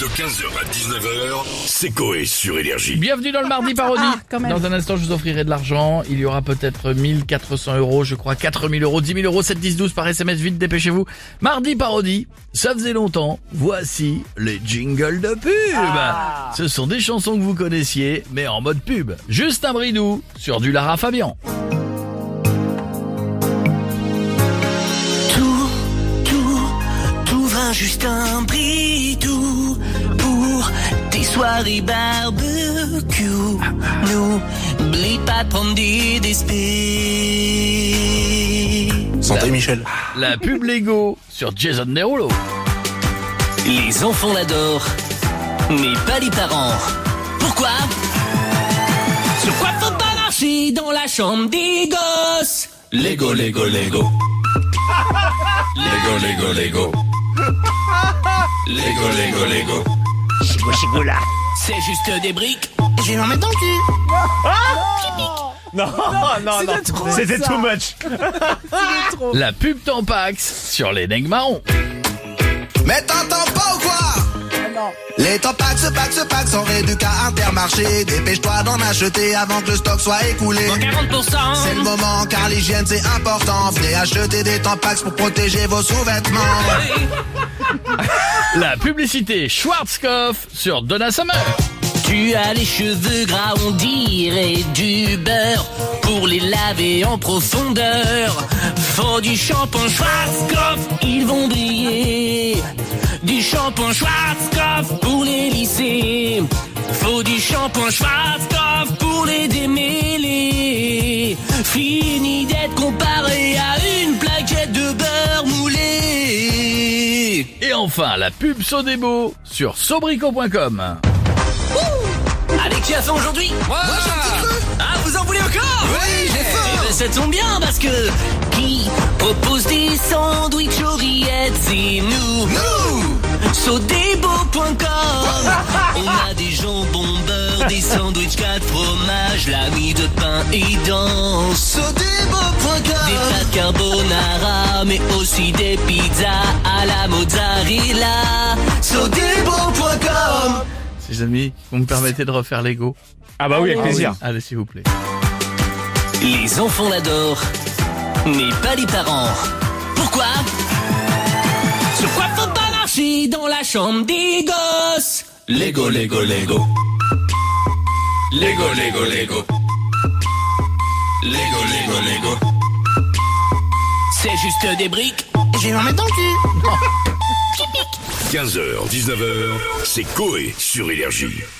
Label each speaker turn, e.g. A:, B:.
A: De 15h à 19h, c'est Coé sur Énergie.
B: Bienvenue dans le mardi parodie.
C: Ah, quand même.
B: Dans un instant, je vous offrirai de l'argent. Il y aura peut-être 1400 euros, je crois 4000 euros, 10 000 euros, 7, 10, 12 par SMS. Vite, dépêchez-vous. Mardi parodie. Ça faisait longtemps. Voici les jingles de pub.
C: Ah.
B: Ce sont des chansons que vous connaissiez, mais en mode pub. Juste un bridou sur du Lara Fabian.
D: Tout, tout, tout va juste un bridou pour tes soirées barbecue. N'oublie pas de prendre des despés.
B: Santé,
A: Michel.
B: La pub Lego sur Jason Derulo.
D: Les enfants l'adorent, mais pas les parents. Pourquoi Sur quoi faut pas marcher dans la chambre des gosses
A: Lego, Lego, Lego. Lego, Lego, Lego. Lego, Lego, Lego.
D: C'est juste des briques.
E: C'était too much.
B: La pub Tampax sur les dingues marrons.
F: Mais t'entends pas ou quoi Les temps pack, se pack, se pack, sans réduc à intermarché. Dépêche-toi d'en acheter avant que le stock soit écoulé.
D: 40%.
F: C'est le moment car l'hygiène c'est important. Venez acheter des tampax pour protéger vos sous-vêtements.
B: La publicité Schwarzkopf sur Donna Summer.
D: Tu as les cheveux gras, on dirait du beurre Pour les laver en profondeur Faut du shampoing Schwarzkopf, ils vont briller Du shampoing Schwarzkopf pour les lycées Faut du shampoing Schwarzkopf pour les démêler Fini d'être comparé à une plaquette de beurre moulé
B: Et enfin, la pub Sodebo sur sobrico.com.
D: Avec qui a fait aujourd'hui Ah, vous en voulez encore
F: Oui, j'ai faim.
D: Eh ben, ça tombe bien parce que qui propose des sandwichs aux rillettes, c'est nous. Nous Sodebo.com On a des jambons beurre, des sandwichs 4 fromages, l'ami de pain et danse. Des
F: Sodebo.com
D: pâtes carbonara, mais aussi des pizzas à la mozzarella. Sodebo.com
B: Ces amis, vous me permettez de refaire l'ego
E: Ah bah oui, avec plaisir.
B: Allez, s'il vous plaît.
D: Les enfants l'adorent, mais pas les parents. Pourquoi Sur quoi faut pas marcher dans la chambre des gosses
A: Lego, Lego, Lego. Lego, Lego, Lego. Lego, Lego, Lego.
D: C'est juste des briques.
A: 15h, 19h, c'est Coé sur Énergie.